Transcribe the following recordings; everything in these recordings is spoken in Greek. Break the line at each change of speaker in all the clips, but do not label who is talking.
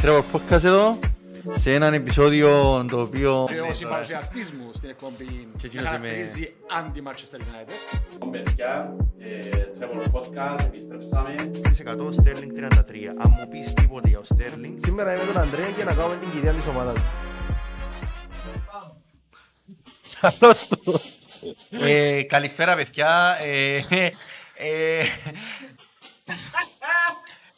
Τρέβορ Podcast εδώ, σε έναν επεισόδιο το οποίο...
Και ο συμπαρουσιαστής μου στην εκπομπή
Ναι, Και εκείνος
με
είμαι-
χαρακτηρίζει αντι-Manchester United.
Παιδιά, ε, Trevor Podcast, επιστρέψαμε.
100% Sterling 33. Αν μου πεις τίποτε για ο Sterling,
Σήμερα είμαι τον Ανδρέα και να κάνουμε την κυρία της ομάδας.
Καλώς τους!
ε, καλησπέρα παιδιά. Ε, ε, ε,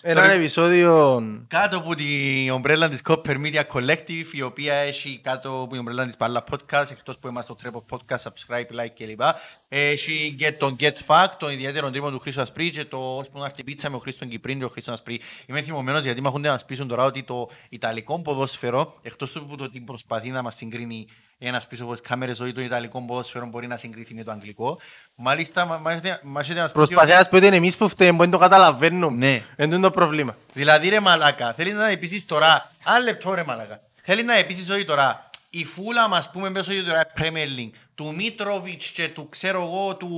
Ένα επεισόδιο...
κάτω από την ομπρέλα της Copper Media Collective, η οποία έχει κάτω από την ομπρέλα της Balla Podcast, εκτός που είμαστε στο Trevor Podcast, subscribe, like κλπ. Έχει και τον Get Fact, τον ιδιαίτερο τρίμο του Χρήστο Ασπρί και το ώσπου να έρθει η πίτσα με ο Χρήστον Κυπρίν και ο Χρήστον Ασπρί. Είμαι θυμωμένος γιατί μ' έχουν να μας πείσουν τώρα ότι το Ιταλικό ποδόσφαιρο, εκτός του που το ότι προσπαθεί να μας συγκρίνει ένας πίσω από τις κάμερες ότι το Ιταλικό ποδόσφαιρο μπορεί να συγκριθεί με το Αγγλικό. Μάλιστα, μα- μας έρχεται- μας έρχεται να μας πει ότι-
Προσπαθεί να σου πει ότι είναι εμείς που φταίμε, μπορεί να το καταλαβαίνουμε.
Ναι.
Εν τούτο είναι το πρόβλημα.
Δηλαδή ρε μαλάκα, θέλεις να επίσης τώρα, αν λεπτό ρε μαλάκα, θέλεις να επίσης όχι τώρα, η φούλα μας πούμε μέσω για τώρα Premier League, του Μίτροβιτς και του ξέρω εγώ, του,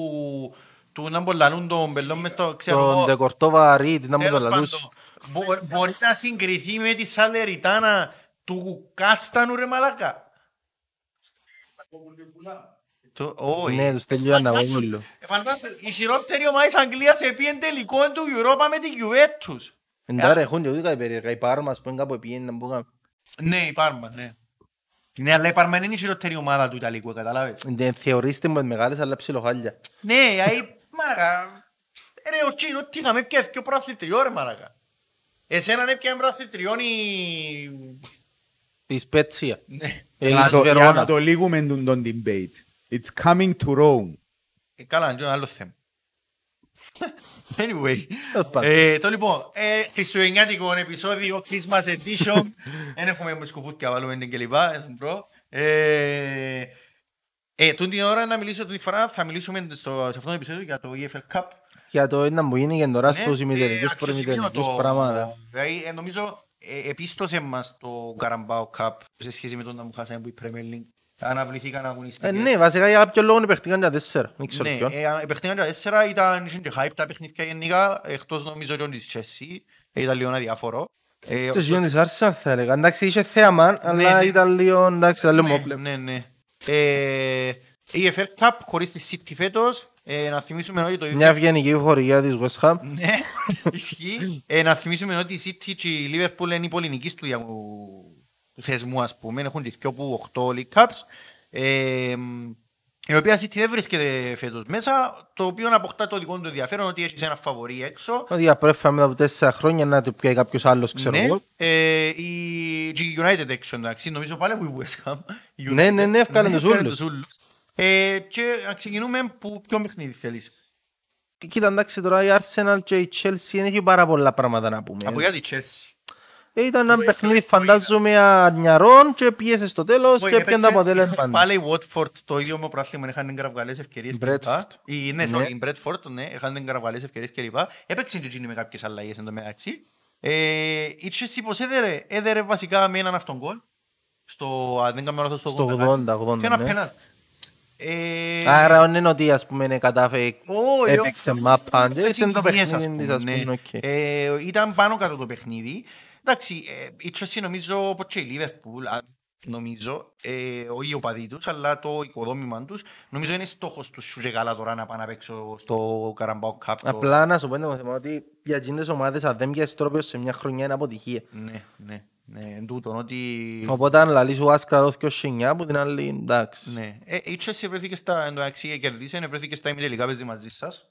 του να μπολανούν τον πελόν μες στο ξέρω
Τον
εγώ,
Ντεκορτόβα Ρίτ, να μου το
τέλος
λαλούς.
πάντων, μπο- μπορεί να συγκριθεί με τη Σαλεριτάνα του Κάστανου ρε μαλάκα. Το- όχι.
Ναι, τους τέλειω Αναβόγουλου.
Ε, Φαντάζεσαι, η χειρότερη ομάδα της Αγγλίας επίεν τελικό του Europa με την Juventus.
Εντάρα έχουν και ούτε κάτι περίεργα. Η Πάρμα, ας πούμε, κάπου επήγαινε να μπούγα.
Ναι, η Πάρμα, ναι. Ναι, αλλά η Πάρμα είναι η χειρότερη ομάδα του Ιταλικού, καταλάβες.
Δεν θεωρείστε με μεγάλες, αλλά ψιλοχάλια.
Ναι, αή, μάρακα. Ρε, ο Τσίνο, τι είχαμε πια δυο προαθλητριό, ρε, μάρακα. Εσέναν έπιαν προαθλητριόν η...
Η Σπέτσια.
Ναι.
Η
το- για να
Βερόνα.
το λύγουμε τον τον debate. It's coming to Rome.
Ε, Καλά, είναι άλλο θέμα. Anyway,
Τέλος πάντων.
ε, το λοιπόν, ε, χριστουγεννιάτικο επεισόδιο, Christmas edition, δεν έχουμε μπισκουφούτια, βάλουμε την κλπ. έτσι, μπρο. Ε, ε, τούτη την ώρα να μιλήσω, τούτη φορά θα μιλήσουμε στο, σε αυτό το επεισόδιο για το EFL Cup.
Για το ένα που γίνει και τώρα
Ναι,
στους ημιτελικούς
ε, αξιοσημείωτο.
προημιτελικούς πράγματα.
Δηλαδή, ε, νομίζω ε, επίστωσε μας το Καραμπάο Cup σε σχέση με τον να μου χάσαμε που η Premier League. Αναβληθήκαν
Ε,
αγωνιστικές.
Ναι, βασικά για κάποιο λόγο επεχτήκαν για τέσσερα. Δεν ξέρω
Ναι,
ποιον.
ε, Επεχτήκαν τα τέσσερα, ήταν είχε και hype τα παιχνίδια γενικά, εκτός νομίζω και της Chelsea, ε, ήταν λίγο αδιάφορο. Ε,
Το ζήτημα της Arsenal θα έλεγα. Εντάξει, είχε θέαμα, αλλά
ναι.
ήταν λίγο, εντάξει, θα λέμε όπλα.
ναι, ναι, ναι. Ε, η EFL Cup χωρίς τη City φέτος, ε, να θυμίσουμε ότι το
Μια ευγενική χορηγία της West Ham.
Ναι, ισχύει. Ε, να θυμίσουμε ότι η City και η Liverpool είναι οι πολυνικοί του, δια- του θεσμού, ας πούμε. Έχουν τις πιο που 8 League Cups. Ε, μ, η οποία City δεν βρίσκεται φέτος μέσα, το οποίο αποκτά το δικό του ενδιαφέρον ότι έχεις ένα φαβορή έξω.
Ότι για πρώτη φορά μετά από τέσσερα χρόνια να το πιάει κάποιος άλλος, ξέρω
ναι,
εγώ.
ε, η η United έξω εντάξει, νομίζω πάλι από η West Ham. Η United.
Ναι, ναι, ναι, έφκανε τους
έφκανε
ούλους.
Ε, και να ξεκινούμε που ποιο παιχνίδι θέλεις.
Κοίτα, εντάξει, τώρα η Arsenal και η Chelsea δεν έχει πάρα πολλά πράγματα να πούμε.
Από γιατί Chelsea.
Ε, Ήταν ένα
Βοήθησε,
παιχνίδι,
βοήθησε.
φαντάζομαι, ανιαρών και πίεσε στο τέλος και
Όχι,
έπιαν τα
έπαιξε
αποτέλεσμα.
Πάλι η Watford το ίδιο με το πράθλημα είχαν κραυγαλές ευκαιρίες
Bradford.
κλπ. Η- Ναι,
Ναι.
sorry, η Bradford, ναι, είχαν κραυγαλές ευκαιρίες κλπ. Έπαιξε και εκείνη με κάποιες αλλαγές εν τω μεταξύ. Ε, Η Chelsea πως έδερε, έδερε βασικά με έναν αυτόν γκολ. Στο, αν δεν κάνω λάθος, στο
Στο
80.
80, 80,
Και ένα
ναι.
πέναλτ. Ε,
Άρα δεν είναι ότι ας πούμε είναι κατάφερε
όχι,
έπαιξε
όχι.
map hand.
Ήταν
Ήταν το
συγκυρίες, ας
παιχνίδι της ας
πούμε,
πούμε.
ναι.
οκ.
Ε, Ήταν πάνω κάτω το παιχνίδι. Εντάξει, ε, η Chelsea νομίζω όπως και η Liverpool, α, νομίζω, ε, όχι οι οπαδοί τους, αλλά το οικοδόμημα τους, νομίζω είναι στόχος τους σου και καλά τώρα να πάνε να παίξω στο Carabao Cup. το-
Απλά να σου πω το θέμα ότι για εκείνες ομάδες αν δεν πιάσεις τρόπιο σε μια χρονιά είναι αποτυχία.
Ναι, ναι, ναι, εν τούτον, ότι...
Οπότε αν λαλείς ο Άσκρα δόθηκε ως 9 που την άλλη εντάξει.
Ναι. Ε, η Chelsea βρέθηκες στα εντοαξία κερδίσε, βρέθηκε ε, στα ημιτελικά παίζεις μαζί σας.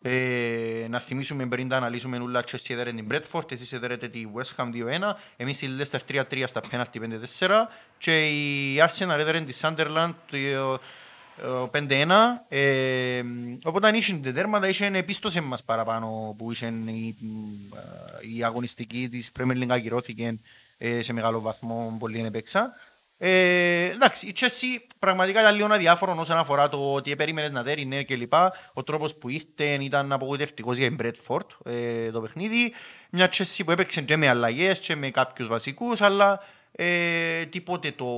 Ε, να θυμίσουμε πριν τα αναλύσουμε νουλα Chelsea έδερε την Bradford, εσείς έδερετε τη West Ham 2-1, εμείς η Leicester 3-3 στα πέναλτι 5-4 και η Arsenal έδερε τη Sunderland το- ε, το 5-1. Ε, οπότε αν είσαν τα τέρματα, είσαν επίστοσε μας παραπάνω που είσαν η, ε, η αγωνιστική της Premier League ακυρώθηκε ε, σε μεγάλο βαθμό πολύ ενεπέξα. Ε, εντάξει, η Chelsea πραγματικά ήταν λίγο αδιάφορο όσον αφορά το ότι περίμενε να δέρει ναι και λοιπά. Ο τρόπος που ήρθε ήταν απογοητευτικός για την Μπρέτφορντ ε, το παιχνίδι. Μια Chelsea που έπαιξε και με αλλαγές και με κάποιους βασικούς, αλλά ε, τίποτε το,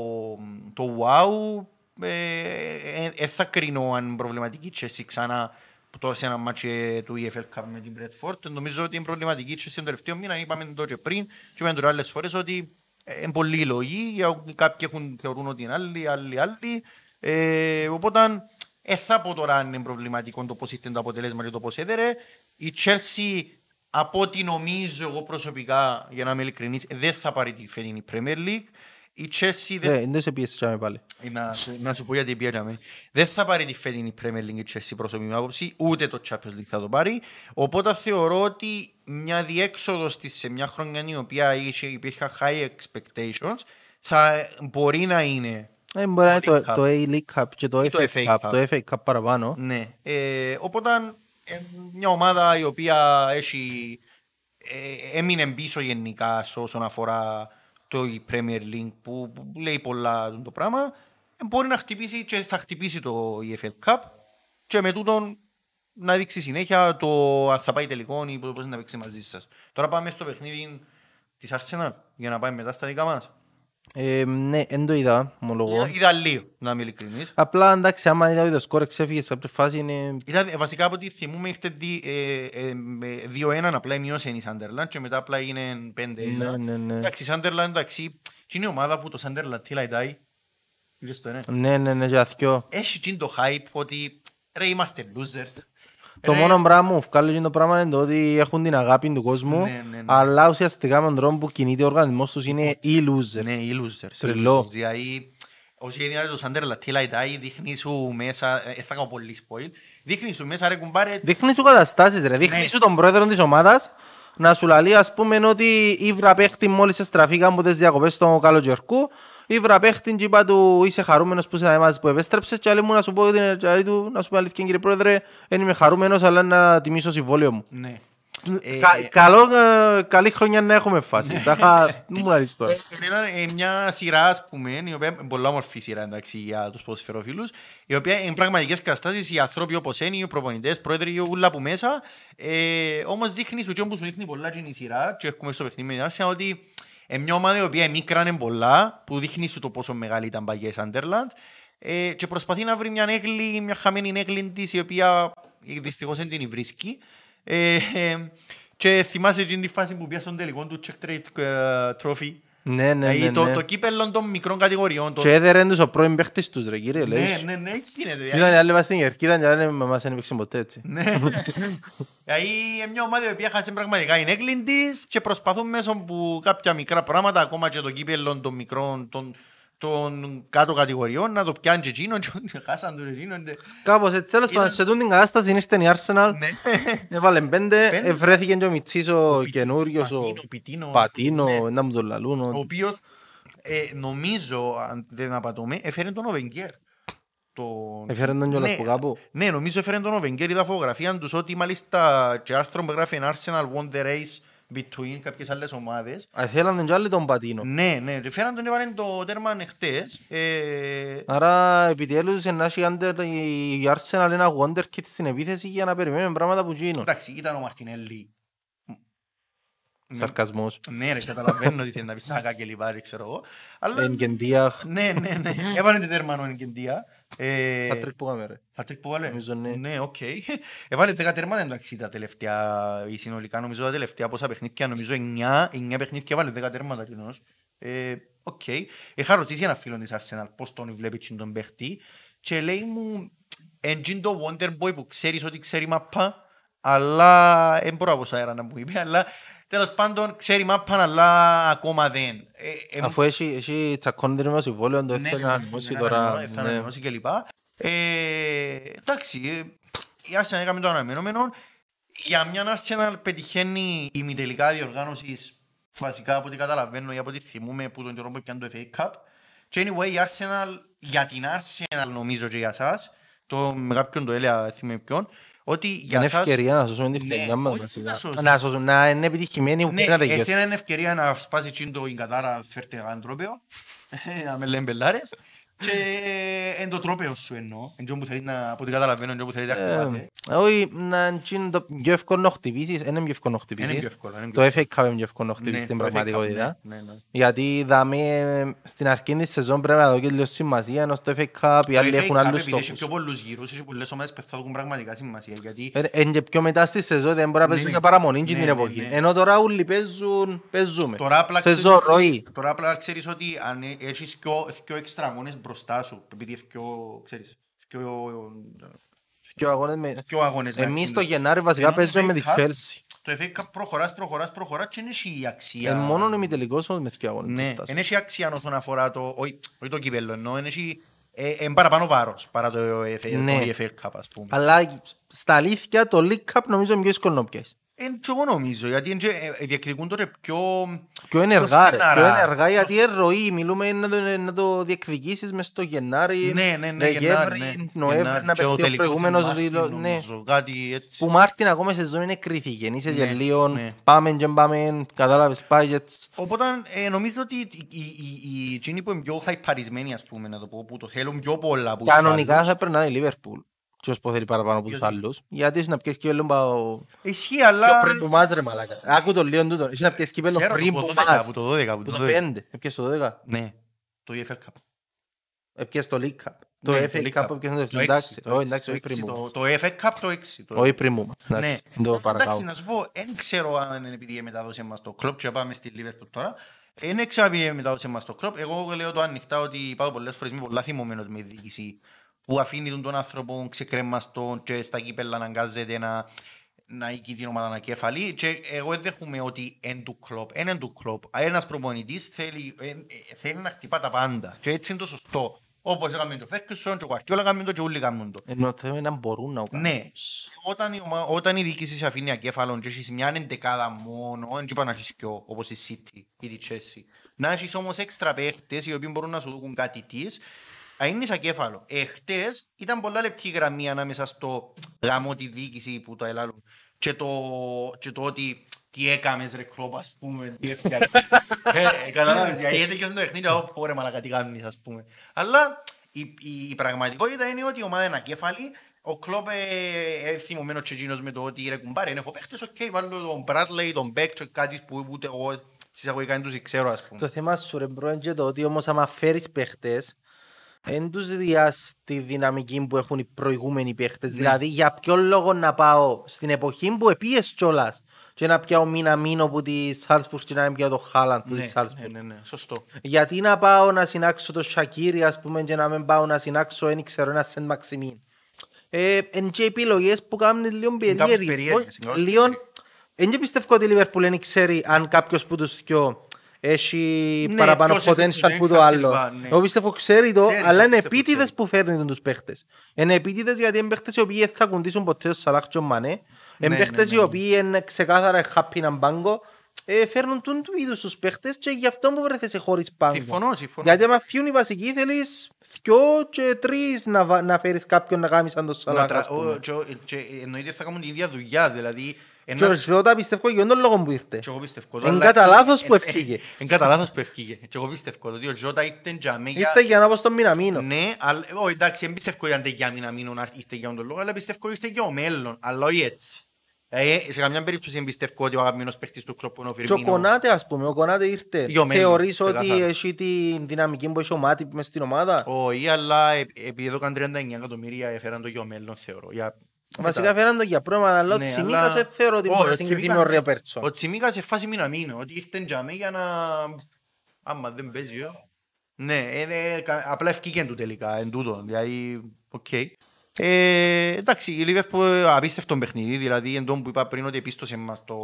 το wow. Ε, ε, ε, θα κρίνω αν προβληματική η Chelsea ξανά που τώρα σε ένα μάτσο του EFL Cup με την Bradford. Νομίζω ότι είναι προβληματική η Chelsea τον τελευταίο μήνα. Είπαμε το και πριν και είπαμε το άλλες φορές ότι ε, είναι πολλοί λόγοι. για- Κάποιοι έχουν, θεωρούν ότι είναι άλλοι, άλλοι, άλλοι. Ε, οπότε ε, θα πω τώρα αν είναι προβληματικό το πώς ήταν το αποτέλεσμα και το πώς έδερε. Η Chelsea, από ό,τι νομίζω εγώ προσωπικά, για να είμαι ειλικρινής, δεν θα πάρει τη φετινή Premier League. Η Chelsea δεν
Ε, δεν σε πιέσεις τσάμε πάλι.
ε, να, σου- να σου πω γιατί πιέζαμε. Δεν θα πάρει τη φετινή Premier League η Chelsea προσωπική μου άποψη, ούτε το Champions League θα το πάρει. Οπότε θεωρώ ότι μια διέξοδος της σε μια χρονιά η οποία είχε- υπήρχαν high expectations θα ε, μπορεί να είναι
Ε, μπορεί να είναι το,
League Cup.
το A League Cup και το,
το FA
FA Cup,
Cup.
το FA Cup παραπάνω.
Ναι. Ε, οπότε ε, μια ομάδα η οποία έχει, ε, έμεινε πίσω γενικά σε όσον αφορά το η Premier League που, που λέει πολλά το πράγμα ε, μπορεί να χτυπήσει και θα χτυπήσει το EFL Cup και με τούτον να δείξει συνέχεια το αν θα πάει τελικό ή πώς να παίξει μαζί σας. Τώρα πάμε στο παιχνίδι της Arsenal για να πάει μετά στα δικά μας.
Ε, ναι, δεν το είδα, ομολογώ.
Είδα- Είδα λίγο, να είμαι ειλικρινής.
Απλά εντάξει, άμα είδα ότι το σκορ εξέφυγε σε κάποια φάση είναι...
Ήταν ε, βασικά από ό,τι θυμούμε είχτε δι, ε, ε, με 2-1 απλά μειώσε η Σάντερλαντ και μετά απλά έγινε 5-1.
Ναι, ναι, ναι.
Ε, Εντάξει, η Σάντερλαντ εντάξει, και είναι η ομάδα που το Σάντερλαντ τι λαϊτάει. Είδες το ναι.
Ναι, ναι, ναι, για δυο.
Έχει και το hype ότι ρε είμαστε losers.
Το
Ρε,
μόνο πράγμα που βγάλω και το πράγμα είναι το ότι έχουν την αγάπη του κόσμου,
Ναι, ναι, ναι.
αλλά ουσιαστικά με τον τρόπο που κινείται ο οργανισμός τους είναι οι loser.
Ναι, οι losers. οι
Τρελό.
losers. Δηλαδή, όσοι γεννιάζουν το Σάντερλαντ τι λαϊτάει, δείχνει σου μέσα, ε, θα κάνω πολύ spoil, δείχνει σου μέσα ρε κουμπάρε,
Δείχνει σου καταστάσεις ρε,
Ναι.
δείχνει σου τον πρόεδρο της ομάδας να σου λαλεί ας πούμε ότι ήβρα παίχτη μόλις εστραφήκαν από τις διακοπές στο Καλοτζερκού ήβρα παίχτη και είπα του είσαι χαρούμενος που είσαι εμάς που επέστρεψες και άλλη μου να σου πω ότι είναι και άλλη του να σου πω αλήθεια κύριε πρόεδρε δεν είμαι χαρούμενος αλλά να τιμήσω συμβόλαιο μου.
Ναι. Ε,
Κα, καλό, ε, καλή χρονιά να έχουμε φάση. Τα μου αρέσει τώρα.
Είναι ένα- ε, μια σειρά, ας πούμε, η οποία είναι πολλά όμορφη σειρά εντάξει, για τους ποδοσφαιροφίλους, η οποία είναι πραγματικές καταστάσεις, οι άνθρωποι όπως είναι, οι προπονητές, πρόεδροι, οι ούλα που μέσα. Ε, όμως δείχνει σου και που σου δείχνει πολλά και είναι η σειρά και έχουμε στο παιχνίδι με την Άρσενα ότι είναι μια ομάδα η οποία μικράνε πολλά, που δείχνει σου το πόσο μεγάλη ήταν παγιά η Σάντερλαντ ε, και προσπαθεί να βρει μια έγκλη, μια χαμένη έγκλη της, η οποία δυστυχώς δεν την βρίσκει. Ε, ε, και θυμάσαι εκείνη τη φάση που πήγα στον τελικό του Czech Trade ε, Trophy
Ναι, ναι,
Δηλαδή,
ναι.
το,
ναι.
το κύπελλο των μικρών κατηγοριών. Το...
Και έδερε τους ο πρώην παίχτης τους ρε κύριε. λέει
Ναι,
σου.
ναι, ναι, έτσι γίνεται.
Και
δηλαδή.
Ήταν οι άλλοι μας στην κερκίδα και λένε με εμάς δεν έπαιξε ποτέ έτσι.
Ναι. Δηλαδή, είναι μια ομάδα η οποία χάσε πραγματικά είναι έγκλην της και προσπαθούν μέσω που κάποια μικρά πράγματα, ακόμα και το κύπελλο των μικρών, των, των κάτω κατηγοριών, να το πιάνουν και εκείνον και χάσαν τον εκείνον. και-
Κάπως έτσι, τέλος
Ήταν-
πάντων, σε τούν την κατάσταση ήρθε η Arsenal,
Ναι.
έβαλε πέντε,
Πέντε.
ε, βρέθηκε και ο Μιτσής ο καινούριος, ο
Πατίνο, Πιτίνο. Ναι.
Πατίνο, να μου τον λαλούν.
ο
ο-
οποίος νομίζω, αν δεν απατώμε, έφερε τον Οβενγκέρ. Τον...
Έφερε τον κιόλας από κάπου.
Ναι, νομίζω έφερε τον Οβενγκέρ. Είδα φωτογραφία τους ότι μάλιστα και άρθρο που γράφει «An Arsenal won the race between κάποιες άλλες ομάδες.
Α, Θέλαν τον κι άλλοι τον Πατίνο.
Ναι, ναι, και φέραν τον έβαλε το τέρμα χτες. Ε,
Άρα επιτέλους να έχει under η η Arsenal ένα wonder kit στην επίθεση για να περιμένουμε πράγματα που γίνουν.
εντάξει, ήταν ο Μαρτινέλη.
Σαρκασμός.
Ναι, ρε, καταλαβαίνω ότι θέλει να πεις σάκα και λοιπά, ρε, ξέρω εγώ. Αλλά.
Εν κεντίαχ.
Ναι, ναι, ναι. Έβαλε την τέρμα ο Εγκεντία. Ε,
Χατρίκ που κάμε ρε.
Πατρίκ που βάλε.
Νομίζω ναι.
Ναι, οκ. Έβαλε 10 τερμά εντάξει τα τελευταία, ή συνολικά νομίζω τα τελευταία πόσα παιχνίδια, νομίζω 9, 9 παιχνίδια έβαλε 10 τερμάτα κοινώς. Ε, οκ. Είχα ρωτήσει ένα φίλο της Arsenal πώς τον βλέπεις τσιν τον παίχτη και λέει μου «Εντζιν το Wonder Boy που ξέρεις ότι ξέρει μαπά, αλλά δεν μπορώ από σαέρα να μου είπε, αλλά τέλος πάντων ξέρει μαπά, αλλά ακόμα δεν». Ε, ε,
Αφού έχει, έχει τσακώνει με συμβόλαιο, το
ναι,
έθελε να
ναι, ναι,
ανανεώσει
ναι,
τώρα.
ανανεώ- θα
ναι.
ανανεώσει και λοιπά. Ε, εντάξει, ε, η Arsenal έκαμε το αναμενόμενο. Για μια Arsenal πετυχαίνει η μη τελικά διοργάνωσης βασικά από ό,τι καταλαβαίνω ή από ό,τι θυμούμε που τον καιρό που πιάνε το FA Cup. Και anyway, η Arsenal, για την Arsenal νομίζω και για σας, το, με κάποιον το έλεγα, θυμάμαι ποιον, ότι για
Είναι
σας...
ευκαιρία να σώσουμε την
Ναι,
χρονιά μας
όχι να
βασικά.
σώσουμε.
Να σώσουμε, να είναι επιτυχημένοι που
Ναι,
πήγατε
εσύ
γεύση.
είναι ευκαιρία να σπάσεις τσιν το η Κατάρα φέρτε έναν τρόπαιο. Ε, Να με λένε μπελάρες. Και ε, εν το τρόπαιο σου εννοώ. Εν τω που θέλεις να, από ό,τι καταλαβαίνω, εν τω που θέλεις να χτυπάτε.
Ε, Όχι, να είναι το πιο εύκολο να χτυπήσεις, είναι πιο εύκολο να
Είναι πιο
χτυπήσεις.
εύκολο. είναι πιο
Το
εύκολο.
FA Cup είναι πιο εύκολο να χτυπήσεις
Ναι,
στην
το FA Cup,
πραγματικότητα.
ναι, ναι, ναι.
Γιατί δαμε, στην αρχή της σεζόν πρέπει να δω και λίγο σημασία, ενώ στο FA Cup οι
Το
άλλοι
FA
έχουν
Cup,
άλλους
επειδή έχει πιο
στόχους.
πολλούς γύρους, έχει πολλές ομάδες που θα δουν πραγματικά σημασία. Γιατί
Ε, εν και πιο μετά στη σεζόν δεν μπορεί να
Ναι,
παίζουν
ναι.
για παραμονή και
Ναι,
την
ναι,
εποχή.
ναι.
Ενώ τώρα όλοι παίζουν, παίζουμε.
Τώρα απλά
Σεζόν,
ξέρεις-
ροή.
Τώρα απλά ξέρεις ότι αν ε, έχεις πιο, πιο εξτραγώνες μπροστά σου, επειδή πιο, ξέρεις, πιο,
Πιο αγώνες με-
πιο αγώνες. να
Εμείς το
εξηγούν.
Γενάρη βασικά
ναι. Ενώ το
παίζουμε με τη
FA Cup-
Chelsea.
Το FA Cup προχωράς, προχωράς, προχωράς και δεν έχει η αξία.
Ε, Μόνο ο ημιτελικός με δύο αγώνες.
Ναι,
μπροστά σου.
δεν έχει αξία όσον αφορά το, όχι όχι το κύπελλο, εννοώ, δεν έχει ε, ε, παραπάνω βάρος παρά το FA,
Ναι.
το FA Cup, ας πούμε.
Αλλά στα αλήθεια το League Cup νομίζω είναι πιο δύσκολο να πιέσει.
Εν και εγώ νομίζω, γιατί εν και, ε, ε, διεκδικούν τώρα πιο...
Πιο ενεργά, ρε.
στεναρά.
Πιο ενεργά γιατί είναι ροή. Μιλούμε να το, να το διεκδικήσεις μες στο Γενάρη,
Ναι, ναι, ναι, Γενάρη,
Δεκέμβρη,
ναι.
Νοέμβρη,
Γενάρη.
να
Και ο
παιχτεί ο
τελικός
προηγούμενος
είναι
ρίλος.
Μάρτιν,
Ναι.
νομίζω, Κάτι έτσι.
Που Μάρτιν ακόμα η σεζόν είναι κρυφή. Είσαι
Ναι,
για λίγο,
ναι.
πάμε και πάμε, κατάλαβες πάει και έτσι.
Οπότε ε, νομίζω ότι οι- οι- οι- οι εκείνοι που είναι πιο χαϊπαρισμένοι, ας πούμε, να το πω, που το θέλουν πιο πολλά από τους
Κανονικά
άλλους.
θα έπρεπε να είναι η Λίβερπουλ. Ποιος που θέλει παραπάνω από τους
Γιατί?
άλλους. Γιατί είσαι να πιέσεις και λίγο
Ισχύει, αλλά...
πριν που μας ρε μαλάκα. Άκου το λίγο τούτο. Είσαι να πιέσεις και λίγο
Ξέρω,
πριν
από
που
το 12,
μας.
από το 12, από
Που
το
το
12.
5. Έπιες το 12.
Ναι, το EFL Cup.
Έπιες το League Cup. Το
Ναι,
FA
League
Cup έπιες το 7.
Το
Ε, Εντάξει,
έξι, το
όχι,
έξι,
εντάξει,
το
όχι πριν
έξι,
που
το-
μας.
Το FA Cup το 6. το-
Όχι πριν μου. Εντάξει,
Ναι.
δεν το
Εντάξει,
παρακαλώ.
να σου πω, δεν ξέρω αν είναι επειδή μετάδοσε μας το κλόπ και πάμε στη Λίβερπουλ τώρα. Ε, Δεν ξέρω αν επειδή μετάδοσε μας το κλόπ. Εγώ λέω το ανοιχτά ότι πάω πολλές φορές είμαι πολλά θυμωμένος με διοίκηση που αφήνει τον, τον άνθρωπο ξεκρέμαστο και στα κύπελα αναγκάζεται να, να οίκει την ομάδα ανακέφαλη και εγώ δεν δέχομαι ότι εν του κλόπ, εν εν του κλόπ. Ένας προπονητής θέλει, ε, ε, θέλει να χτυπά τα πάντα και έτσι είναι το σωστό. Όπως έκαμε το Φέρκουσον, το Κουαρτιόλα έκαμε το και όλοι έκαμε το.
Ενώ το Ε, θέμα είναι αν μπορούν να το κάνουν.
Ναι. Όταν η, ομα- όταν η διοίκηση σε αφήνει ακέφαλον και έχεις μια εντεκάδα μόνο, δεν είπα να έχεις πιο, όπως η City ή τη Chelsea, να έχεις όμως έξτρα παίχτες οι οποίοι μπορούν να σου δουν κάτι της, αν είναι ακέφαλο. Εχθές ήταν πολλά λεπτή γραμμή ανάμεσα στο γαμό τη διοίκηση που το ελάλουν και το, και το ότι τι έκαμες ρε κλόπ ας πούμε, τι έφτιαξες. Ε, Κατάλαβες, γιατί έτυχες το παιχνίδι, «Ω, πω ρε μαλακα τι κάνεις ας πούμε. Αλλά η, η, η πραγματικότητα είναι ότι η ομάδα είναι ακέφαλη, ο Κλόπ ε, ε, θυμωμένος και εκείνος με το ότι ρε κουμπάρε, είναι παίχτες, οκ, βάλω τον Bradley, τον Beck και κάτι που ούτε εγώ συσσαγωγικά δεν τους ξέρω ας πούμε.
Το θέμα σου ρε μπρο είναι και το ότι όμως άμα φέρεις παίχτες δεν τους διάς τη δυναμική που έχουν οι προηγούμενοι παίχτες.
Ναι.
Δηλαδή για ποιο λόγο να πάω στην εποχή που επίες κιόλας και να πιάω μήνα μήνο που τη Σάλσπουργκ και να μην πιάω το Χάλαντ που τη
ναι,
Σάλσπουργκ.
ναι, ναι, σωστό.
Γιατί να πάω να συνάξω το Σακύρι ας πούμε και να μην πάω να συνάξω δεν ξέρω ένα Σεντ Μαξιμίν. Ε, Εν και επιλογές που κάνουν λίγο
κάπως
περίεργες.
περίεργες,
Όχι,
είναι κάπως
Λίγο...
περίεργες.
Εν και πιστεύω ότι η Λίβερπουλ δεν ξέρει αν κάποιος που τους δυο έχει
Ναι,
παραπάνω
ποιος έχει
potential
potential
που το άλλο.
κλπ, ναι.
Εγώ πιστεύω ξέρει το,
Ξέρει το,
αλλά είναι
πιστεύω
επίτηδες
ξέρει.
που φέρνει τους παίχτες. Είναι επίτηδες γιατί είναι παίχτες οι οποίοι δεν θα κουντήσουν ποτέ στο Σαλάχ και ο Μανέ. Είναι
Ναι, ναι,
παίχτες οι
ναι.
οποίοι είναι ξεκάθαρα happy να μπάγκο. Ε, φέρνουν τον του είδους τους παίχτες και γι' αυτό μου βρέθες σε χωρίς πάγκο.
Συμφωνώ, συμφωνώ.
Γιατί άμα φύγουν οι βασικοί θέλεις δυο και τρεις να, βα- να φέρεις κάποιον να κάνει σαν τον
Να
Σαλάχ
τρα-
ας πούμε.
ο- και ο- και Εννοείται θα κάνουν την ίδια δουλειά, δηλαδή...
Και ο
ένα-
Ζώτα πιστεύω για τον λόγο που ήρθε.
Και εγώ πιστεύω.
Εν κατά λάθος που ευκήγε.
Ε, Εν κατά λάθος που ευκήγε. Και εγώ πιστεύω ότι ο Ζώτα ήρθε για μένα.
Ήρθε για να πω στον μήνα μήνο.
Ναι, αλλά όχι, εντάξει, δεν πιστεύω ότι για μήνα μήνων άρ- ήρθε για τον λόγο, αλλά πιστεύω ήρθε για ο μέλλον. Αλλά όχι έτσι. Ε, σε καμιά περίπτωση δεν πιστεύω ότι ο αγαπημένος παίχτης του κλοπ είναι ο
Και ο
Φιρμίνο.
Κονάτε ας πούμε, ο Κονάτε ήρθε.
Γιωμένο,
Θεωρείς
ξεκάθαρα.
ότι έχει τη δυναμική που έχει ο Μάτι μες στην ομάδα.
Όχι, αλλά ε, επειδή εδώ καν 39 εκατομμύρια έφεραν το για ο μέλλον, θεωρώ. Για...
Βασικά
μετά.
φέραν το για πρόβλημα, αλλά ο
Ναι,
Τσιμίκας
αλλά-
δεν θεωρώ ότι
Όχι,
μπορεί να
ο
συγκριθεί με
Τσιμίκας-
ο Ρεπέρτσον.
Ο Τσιμίκας σε φάση μήνα μήνα, ότι ήρθε για μένα για να... Άμα δεν παίζει, ε. Ναι, ε, ε, κα- απλά ευκήκεν του τελικά, εν τούτο, δηλαδή, οκ. Ε, εντάξει, η Λίβερπουλ απίστευτο παιχνίδι, δηλαδή εν τόν που είπα πριν ότι επίστωσε μας το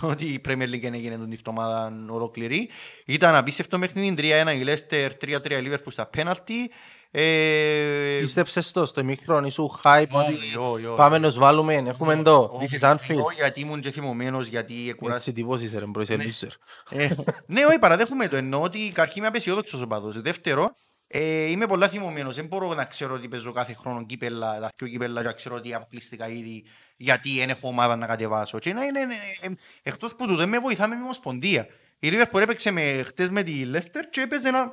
ότι η Premier League έγινε τον εβδομάδα ολοκληρή. Ήταν απίστευτο παιχνίδι, 3-1 η Leicester, 3-3 η Liverpool στα πέναλτι. Ε,
Πίστεψες το, στο μικρόν σου hype ότι
Όχι, όχι, όχι.
πάμε να τους βάλουμε, έχουμε το,
όχι,
this is
εγώ
Anfield.
γιατί ήμουν και θυμωμένος, γιατί εκουράστηκα.
Έτσι τυπός είσαι ρε, μπρος, είσαι loser.
Ε, ναι, όχι, παραδέχομαι το. Εννοώ ότι καρχήν είμαι απεσιόδοξος ο παδός. Δεύτερο, ε, είμαι πολλά θυμωμένος. Δεν μπορώ να ξέρω ότι παίζω κάθε χρόνο κύπελα, τα δυο κύπελα, και να ξέρω ότι αποκλείστηκα ήδη γιατί δεν έχω ομάδα να κατεβάσω. Και να είναι, ε, ε, ε, εκτός που του δεν με βοηθά με μημοσπονδία. Η Ρίβερ που έπαιξε με, χτες με τη Λέστερ και έπαιζε ένα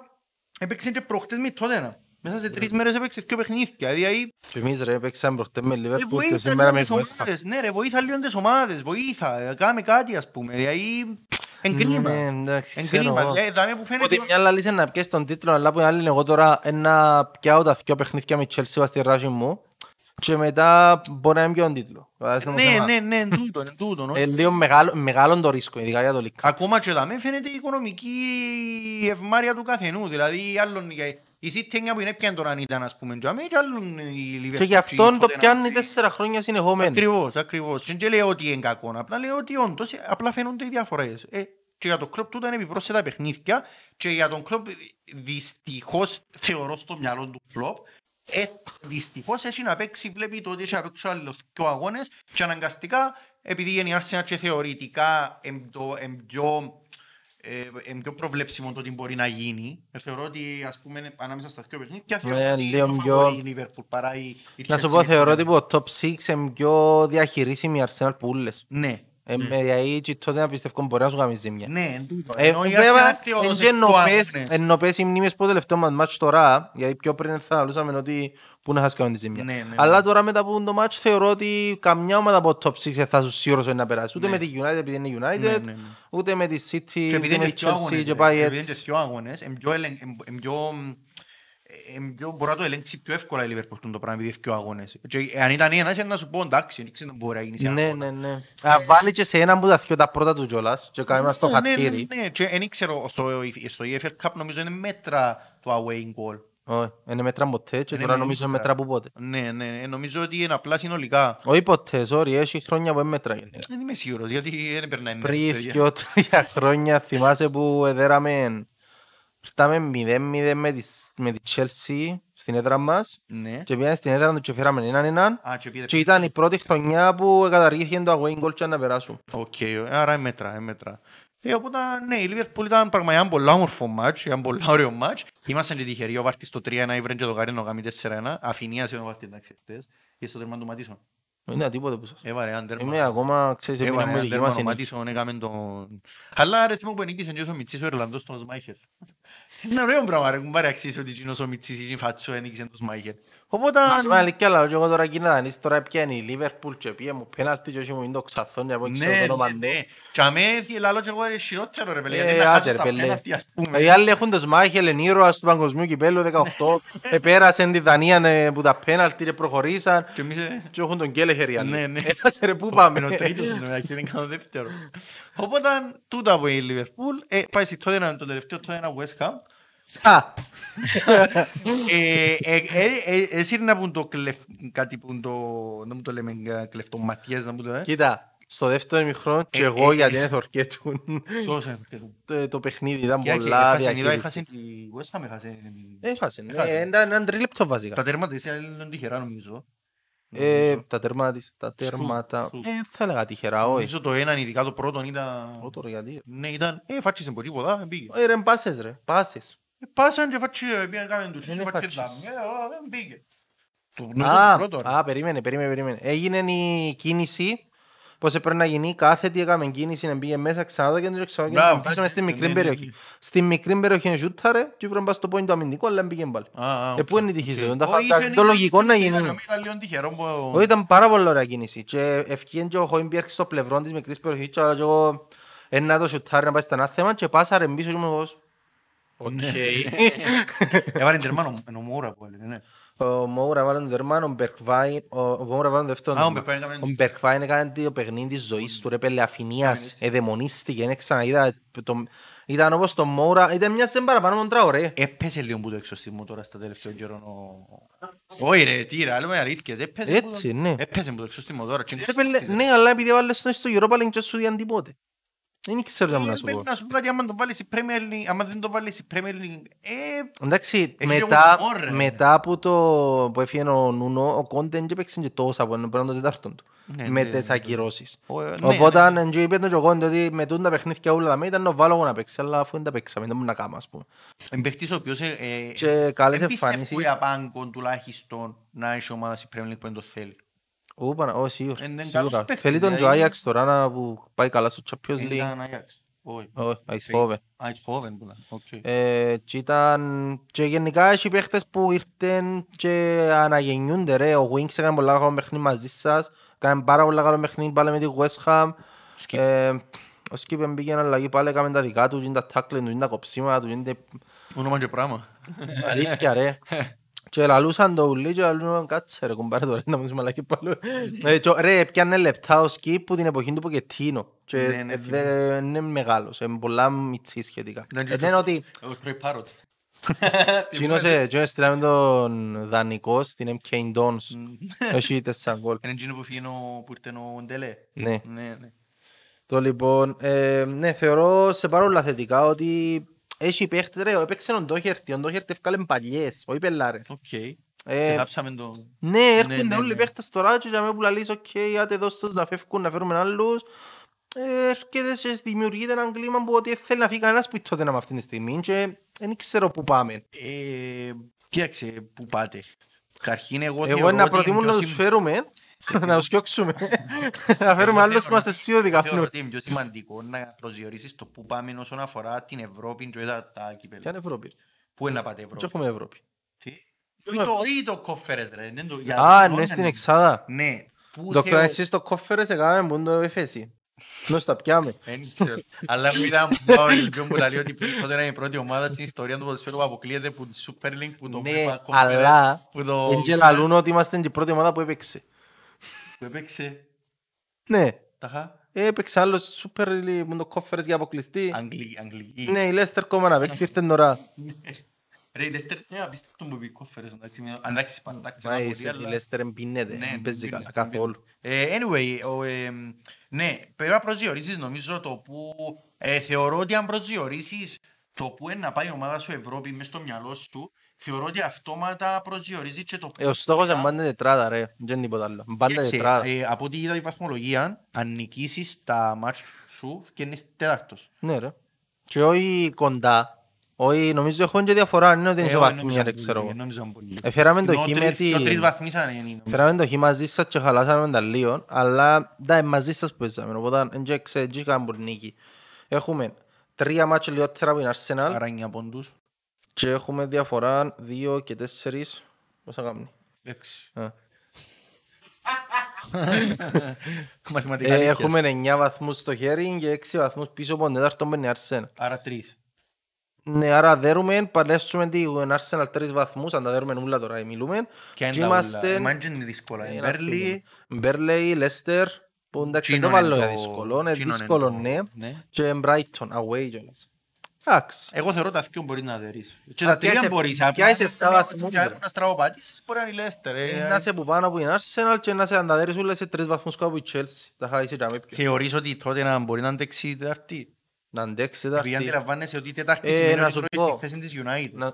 Έπαιξε και προχτές με τότε. Μέσα σε
Ε.
τρεις μέρες έπαιξε δύο παιχνίδια. Δηλαδή,
Και εμείς ρε, παίξαμε προχτές με
ε,
Liverpool και
βοήθα
σήμερα
λίγο
με
τις
West Ham.
ομάδες. Ναι ρε, βοήθα λίγο τις ομάδες, βοήθα. ε, Κάμε κάτι ας πούμε. Δηλαδή, εν κρίμα.
Ναι, εντάξει,
Εν
ξέρω
κρίμα.
εγώ.
Δηλαδή, δάμε που φαίνεται...
Ότι μια άλλη λύση είναι να πιέσει τον τίτλο, αλλά που η άλλη είναι εγώ τώρα να πιάω τα δυο παιχνίδια με Chelsea βάσει τη ράζη μου και μετά μπορεί να μην πιω τον τίτλο. Δηλαδή, είναι το
Ναι,
θέμα.
ναι, ναι, εν τούτον, εν τούτον. όχι.
Ε, Λίγο μεγάλο, μεγάλο το ρίσκο, ειδικά για το League Cup.
Ακόμα και δαμέ φαίνεται η οικονομική ευμάρεια του καθενού. Δηλαδή, άλλον, η- η City που είναι πιαν τώρα αν ήταν, ας πούμε, τζαμί, και άλλον η Liverpool.
Και γι' αυτόν το
Tottenham.
πιάνει τέσσερα χρόνια συνεχόμενα.
Ακριβώς, ακριβώς. Και Δεν λέω ότι είναι κακό, απλά λέω ότι όντως, ε, απλά φαίνονται οι διαφορές. Ε, και για τον Κλόπ τούτα είναι επιπρόσθετα παιχνίδια και για τον Κλόπ δυστυχώς θεωρώ στο μυαλό του Κλόπ ε, δυστυχώς έχει να παίξει, βλέπει το ότι έχει να παίξει άλλο δυο αγώνες και αναγκαστικά επειδή είναι η Arsenal και θεωρητικά εμ, το, εμ, πιο, ε, εμ, πιο προβλέψιμο το τι μπορεί να γίνει ε, θεωρώ ότι ας πούμε ανάμεσα στα δύο παιχνίδια θεωρώ ότι
λίγο
είναι το
Ε, πιο-
φαβορή η Liverpool παρά η, η
Να σου
Chelsea
πω,
με
θεωρώ
το-
ότι το top 6 είναι πιο διαχειρίσιμη η Arsenal που όλες.
ναι,
Ε, Δηλαδή, και τότε να πιστεύω μπορεί να σου κάνει ζημιά.
Ναι, εν τούτο.
Ε,
Ενώ η
Βέβαια,
Arsenal θεωρώ σε
εν
πιο
νοπές-
άγνες.
εν νοπές οι μνήμες που το τελευταίο μας μάτς τώρα, γιατί πιο πριν θα λούσαμε ότι που να χάσει κανένα τη ζημιά.
Ναι, ναι, ναι.
Αλλά τώρα μετά που το μάτς θεωρώ ότι καμιά ομάδα από το top 6 δεν θα σου σίγουρος να περάσει. Ούτε με τη United επειδή είναι
ναι,
United,
ναι.
ούτε με τη
Και
City,
επειδή
ούτε
είναι
με τη
και
Chelsea
αγώνες,
και
ρε,
πάει
επειδή είναι
έτσι.
και αγώνες, εν πιο ελεγ- εν- εν πιο- εν πιο- μπορεί να το ελέγξει πιο εύκολα η Liverpool το πράγμα επειδή είναι πιο αγώνες. Και αν ήταν ένας, ήταν να σου πω εντάξει, δεν ξέρω αν μπορεί να γίνει σε
Ναι,
αγώνα.
ναι, ναι. Α, Βάλει και σε έναν που τα δυο τα πρώτα του κιόλας και κάνει μας το
Ναι, ναι,
χατήρι.
ναι, ναι. Και εν ήξερα, στο- στο EFL Cup νομίζω είναι μέτρα το away goal.
Όχι, δεν μέτραν ποτέ και
Ναι,
τώρα
ναι,
νομίζω
ήττα.
μέτρα που πότε.
Ναι, ναι, ναι, νομίζω ότι είναι απλά συνολικά.
Όχι ποτέ, sorry, έχει χρόνια που δεν μέτρα γενικά.
Δεν είμαι σίγουρος, γιατί δεν περνάει μέρες,
πριν
παιδιά.
δυο τρία χρόνια θυμάσαι που εδέραμε ήρθαμε 0-0 με τη, με τη Chelsea στην έδρα μας
Ναι.
και πήγαμε στην έδρα του και φέραμε έναν έναν
Α, και πήρε-
και ήταν η πρώτη χρονιά που καταργήθηκε το away goal και να περάσουν.
Οκ, άρα μέτρα, μέτρα. Ε, οπότε, ναι, η Λίβερπουλ ήταν πραγματικά ένα πολύ όμορφο μάτς, ένα πολύ ωραίο μάτς. Είμαστε και τυχεροί, ο Βάρτης το 3-1, ήβρεν και το Καρίνο κάμει 4-1. Αφηνίασε ο Βάρτης, εντάξει, χτες. Και στο τέρμα του Ματίσον.
Δεν είναι τίποτα που σας.
Έβαρε έναν τέρμα.
Είμαι ακόμα, ξέρεις, εμείς
Έβαλε
με
έναν
δική
τέρμα
μας
ο
ενίκη.
Ματίσον, έκαμε τον... Αλλά ρε σήμα που ενίκησε και ο Μιτσής ο Ιρλανδός τον Σμάιχερ. Είναι ωραίο πράγμα ρε, κουμπάρε αξίζει ότι εκείνος ο Μιτσής είναι φατσό ενίκησε τον Σμάιχερ. Οπότε,
Ας πούμε αλήθεια, αλλά εγώ τώρα κοινά δανείς, τώρα πιάνει η Λίβερπουλ και πήγε μου πέναλτι και όχι μου είναι το ξαθόν για να πω ξέρω το
ναι,
όνομα
ναι,
του.
ναι. Και αμέσως, λαλώ και εγώ, ρε, χειρότερο ρε, παιδιά,
Ε,
γιατί να χάσεις
άντε,
τα
ρε, πελέ. Ε,
πέναλτι, ας πούμε.
Οι άλλοι έχουν το Σμάχελ, εν ήρωας του παγκοσμίου κυπέλου 18, επέρασαν τη Δανία ε, που τα πέναλτι ρε, προχωρήσαν
Και εμείς, ε,
και έχουν τον Κέλεχερ οι άλλοι.
Ναι, Ε, ναι.
Έλατε ρε, πού
Είναι ο
πάμε.
τρίτος εν τω μεταξύ, δεν κάνω δεύτερο. Οπότε, τούτα από η Λιβερπούλ, ε, πάει στη Tottenham, το τελευταίο Tottenham West Ham.
Α,
Ε, ε, ε, ε, Έσυρνα που το κλεφ... κάτι που το... να μου το λέμε ε, κλεφτοματιές, να μου το λέμε.
κοίτα, στο δεύτερο μικρό και
Ε,
εγώ
ε,
γιατί είναι θορκέτουν
Τόσο έφυγε.
το- το παιχνίδι, ήταν
Και άκη,
πολλά
έχασε, είδα,
διαχείριση.
έχασε τη West Ham, έχασε.
Έχασε, ναι,
Έχασε.
ήταν έναν τρίλεπτο
Τα
βασικά.
τέρματα της ήταν τυχερά νομίζω.
Ε, Τα τερμάτα, τα τέρματα,
σου.
ε, θα έλεγα τυχερά, όχι.
Νομίζω το έναν ειδικά το πρώτο ήταν...
Ω, τώρα γιατί.
Ναι ήταν, ε φάτσισε από τίποτα, πήγε.
Ε, ρε, πάσες ρε, πάσες.
Ε, Πάσαν και φάτσισε, πήγαν κάμεν τους,
Είναι
φάτσισε
φάτσις.
δάμε, ε, α, δεν πήγε. Το
Α,
νομίζω το πρώτο. ρε.
α, περίμενε, περίμενε, περίμενε. Έγινε η κίνηση. Πώς έπρεπε να γίνει, κάθετη έκαμε κίνηση, να πήγε μέσα ξανά το κέντρο, ξανά το
Μπράβο,
κέντρο. Πίσω μες στη
κάτι
μικρή
τέτοιο, ναι, ναι,
περιοχή. Στη μικρή περιοχή είναι ζούταρε, και βρέμπα στο πόντο αμυντικό, αλλά πήγε πάλι.
Α, α,
Ε, πού
οκ.
είναι η τυχή σου,
Οκ.
δεν τα
Όχι,
χα-
είχε-
το λογικό να γίνει.
Ήταν ήταν λίγο τυχερό που...
Όχι, ήταν πάρα πολύ ωραία κίνηση. Και ευκήγεν και ο Χόιμπιερκ στο πλευρό της μικρής περιοχής, και αλλά και εγώ ένα το σουτάρε να πάει στον άθεμα και πάσαρε πίσω και μου όπως, Οκ.
Ναι. Έβαλε τερμά ο- ο Μόουρα που έλεγε, ναι.
Ο Μόουρα βάλε τον τερμάν, ο Μπερκβάιν, ο ο Μόουρα βάλε τον δεύτερο.
Α, ο
τερμάν.
Μπερκβάιν έκανε-
Ο Μπερκβάιν έκανε το παιχνίδι της ζωής του, ρε πέλε, αφηνίας, εδαιμονίστηκε, δεν ξαναείδα. το- Ήταν όπως τον Μόουρα, ήταν μια σέμπαρα πάνω τον τραωρέ.
Έπεσε λίγο που το εξωστημό τώρα στα τελευταία καιρό. ο- Όχι ρε, τι ρε, άλλο με αλήθικες. Έπεσε που το-
Έτσι, ναι.
Έπεσε που το εξωστημό τώρα. και
Ρε πέλε,
κόστιζε.
Ναι, αλλά επειδή βάλες τον στο Europa League και σου διάν τίποτε. Δεν ξέρω τι να σου πω.
Ε, Να σου πω κάτι, άμα το βάλεις η Premier League, άμα δεν το βάλεις η Premier League, ε,
Εντάξει,
Έχει
μετά,
και γονισμό, ρε.
μετά που, το, που έφυγε ο Νούνο, ο Κόντε δεν έπαιξε και τόσα που είναι πρέπει να είναι το τετάρτον του.
Ναι,
με
ναι,
τις
ναι.
ακυρώσεις.
ο- ε, ναι,
Οπότε ναι, είπε το και ο Κόντε ότι με τούν τα παιχνίδια όλα τα μέρα ήταν να βάλω εγώ να παίξει, αλλά αφού δεν τα παίξαμε, δεν μου να κάνω ας πούμε.
ναι. Εν παίχτης ο οποίος, ε, ε,
Και καλές
δεν πιστεύω
εμφανίσεις.
για πάγκον τουλάχιστον να έχει ομάδα στη Premier League που δεν το θέλει.
Ού, Πανα- Ω, σίγουρα,
Ε, ναι, καλός
σίγουρα.
παίκτης,
Θέλει τον και ο
δηλαδή.
Άγιαξ τώρα να που πάει καλά στο Champions League.
Ήταν Ajax. Όχι.
Όχι, Αιτχόβεν.
Α, Eindhoven που ήταν. Οκ.
Ε, και ήταν... Και γενικά έχει παίχτες που ήρθαν και αναγεννιούνται ρε. Ο Wings έκανε πολλά καλό παιχνίδι μαζί σας. Έκανε πάρα πολλά καλό παιχνίδι πάλι με τη West Ham.
Skip.
Ε, ο Σκύπεν πήγε αλλαγή πάλι, έκαμε τα δικά του, γίνει τα τάκλιν του, γίνει τα κοψίματα του, γίνει τα-
Όνομα και πράγμα.
αλήθεια ρε. Ναι. Και λαλούσαν το ουλί και λαλούσαν κάτσε ρε κουμπάρε τώρα, να μου είσαι μαλακή πάλι.
Ναι.
Ε, και ο- Ρε, πιάνε λεπτά ο Σκύπ που την εποχή του Ποκετίνο. Και
Ναι, ναι,
δεν είναι μεγάλος, είναι πολλά μητσί σχετικά.
Ήταν και
Ε, Δεν
το- Ε,
ότι
Ο Τρέι Πάροτ.
Τσίνος στείλαμε τον δανεικό στην MK Dons. Ε, Έχει τέσσερα γκολ.
Είναι εκείνο που φύγει ο- που ήρθε ο Ντελέ.
Ναι.
Ναι, ναι.
Το λοιπόν, ε, ναι, θεωρώ σε πάρα πολλά θετικά ότι έχει παίχτες, ρε, έπαιξε τον Ντόχερτη, ο Ντόχερτη έφκαλε παλιές, όχι πελάρες.
Οκ. Και
Ε,
θάψαμε το...
Ναι,
ναι,
έρχονται όλοι
ναι.
οι παίχτες τώρα και για μένα που λαλείς, οκ, άτε δώστε τους να φεύγουν, να φέρουμε άλλους. Ε, Έρχεται και δημιουργείται ένα κλίμα που ότι δεν θέλει να φύγει κανένας που τότε να με αυτήν τη στιγμή και δεν ξέρω πού πάμε.
Ε, Κοίταξε, πού πάτε. Καταρχήν εγώ θεωρώ
Εγώ να
ότι
προτιμώ
η
να
πιο
τους
συμ-
φέρουμε, να τους κιόξουμε.
Ναι,
Να φέρουμε άλλους που είμαστε σίγουροι ότι
Θεωρώ
καπνούν.
ότι είναι πιο σημαντικό να προσδιορίσεις το που πάμε όσον αφορά την Ευρώπη και τα, τα
Ποια είναι
κύπελα.
Ευρώπη.
Πού είναι να πάτε
Τι
Ευρώπη.
έχουμε Ευρώπη.
Τι? Ή το, ή το κόφερες ρε. είναι το- για
Α,
το
ναι,
όνομα.
στην Εξάδα.
Ναι. Πού
Δόκτωρα,
θεωρώ-
εσείς το κόφερες έκαναμε που είναι το εφέση. Νος τα πιάμε.
Δεν ξέρω. Αλλά μου ήταν πάρα πιο που λέει ότι τότε είναι η πρώτη ομάδα στην ιστορία του ποδοσφαίρου που αποκλείεται που τη Super League, που το
Ναι,
FIFA Conference,
αλλά
που το...
Εν και λαλούν ότι είμαστε και η πρώτη ομάδα που έπαιξε.
που έπαιξε
Ναι,
ταχά
Έπαιξε άλλο Super League με το κόφερες για αποκλειστή.
Αγγλική. Αγγλική.
Ναι, η Λέστερ κόμμα να παίξει, ήρθε νωρά.
Ρε, η Leicester είναι απίστευτο που είπε conference, εντάξει, μια- εντάξει, πάντα, εντάξει,
Μα
ένα
είσαι,
πολύ,
η
αλλά-
Λέστερ εμπίνεται,
Ναι,
δεν παίζει
εμπίνεται,
καλά καθόλου.
Ε, Anyway, ο, εμ, ναι, πρέπει να προσδιορίσεις νομίζω το που... ε, θεωρώ ότι αν προσδιορίσεις το που είναι να πάει η ομάδα σου Ευρώπη μέσα στο μυαλό σου, θεωρώ ότι αυτόματα προσδιορίζει και το
Ε, Ο στόχος είναι πάντα τετράδα ρε, δεν είναι τίποτα άλλο. Πάντα
Κοίταξε,
τετράδα.
ε, από ό,τι είδα η βαθμολογία, αν νικήσεις τα μάτς σου και είναι τέταρτος.
Ναι ρε. Και όχι κοντά, όχι νομίζω έχουν και διαφορά, αν είναι ότι είναι
Ε,
σε
όχι,
βαθμία,
νόμιζα
δεν ξέρω
πολύ,
εγώ.
νόμιζα πολύ.
Εφέραμε το
Ενώ
χ με
τρεις-
τη-
πιο τρεις βαθμίσαν είναι.
Φέραμε το χ μαζί σας και χαλάσαμε τα λίγο, αλλά τα είναι μαζί σας που παίζαμε, οπότε δεν και ξέ- δεν και κάνουμε πολύ νίκη. Έχουμε τρία μάτς λιγότερα από την Arsenal,
Άρα εννιά πόντους.
Και έχουμε διαφορά 2 και 4. Πόσα κάνει.
Έξι.
Ε,
Μαθηματικά
Ε,
αλήθειας.
έχουμε 9 βαθμούς στο χέρι και 6 βαθμούς πίσω από την τέταρτο με την Arsenal.
Άρα τρεις.
Ναι, άρα δέρουμε, παλέσουμε την Arsenal 3 βαθμούς, αν τα δέρουμε όλα τώρα ε, μιλούμε.
Και αν
Και
τα
είμαστε-
ούλα. Imagine είναι δύσκολα.
Ε,
Ε,
να
Μπέρλι,
φύγουμε. Μπέρλεϊ, Λέστερ, που εντάξει
Τζίνον
το βάλω
εν
για
το-
δύσκολο, είναι
Τζίνον εν
δύσκολο
το-
ναι.
ναι.
Και Brighton, away κιόλας. Εντάξει.
Εγώ θεωρώ τα δυο μπορεί να δερείς. Και
Α,
τα
πιάσε-
τρία μπορείς.
πιάσε εφτά βαθμούς,
Και αν
ρε.
να στραβοπάτησεις, μπορεί να είναι η Leicester, ε.
Ε, Να είσαι που πάνω από την Arsenal και να είσαι αν τα δέρεις ούλες σε 3 βαθμούς κάπου η Chelsea. Τα χάρισε και αμέ πιο.
Θεωρείς ότι τότε να μπορεί να αντέξει η Τετάρτη.
Να αντέξει
Επειδή
ταρτη.
αντιλαμβάνεσαι ότι η Τετάρτη
Ε,
σημαίνει
να
ότι
σου
τρώεις
πω.
στη θέση της United.
Να-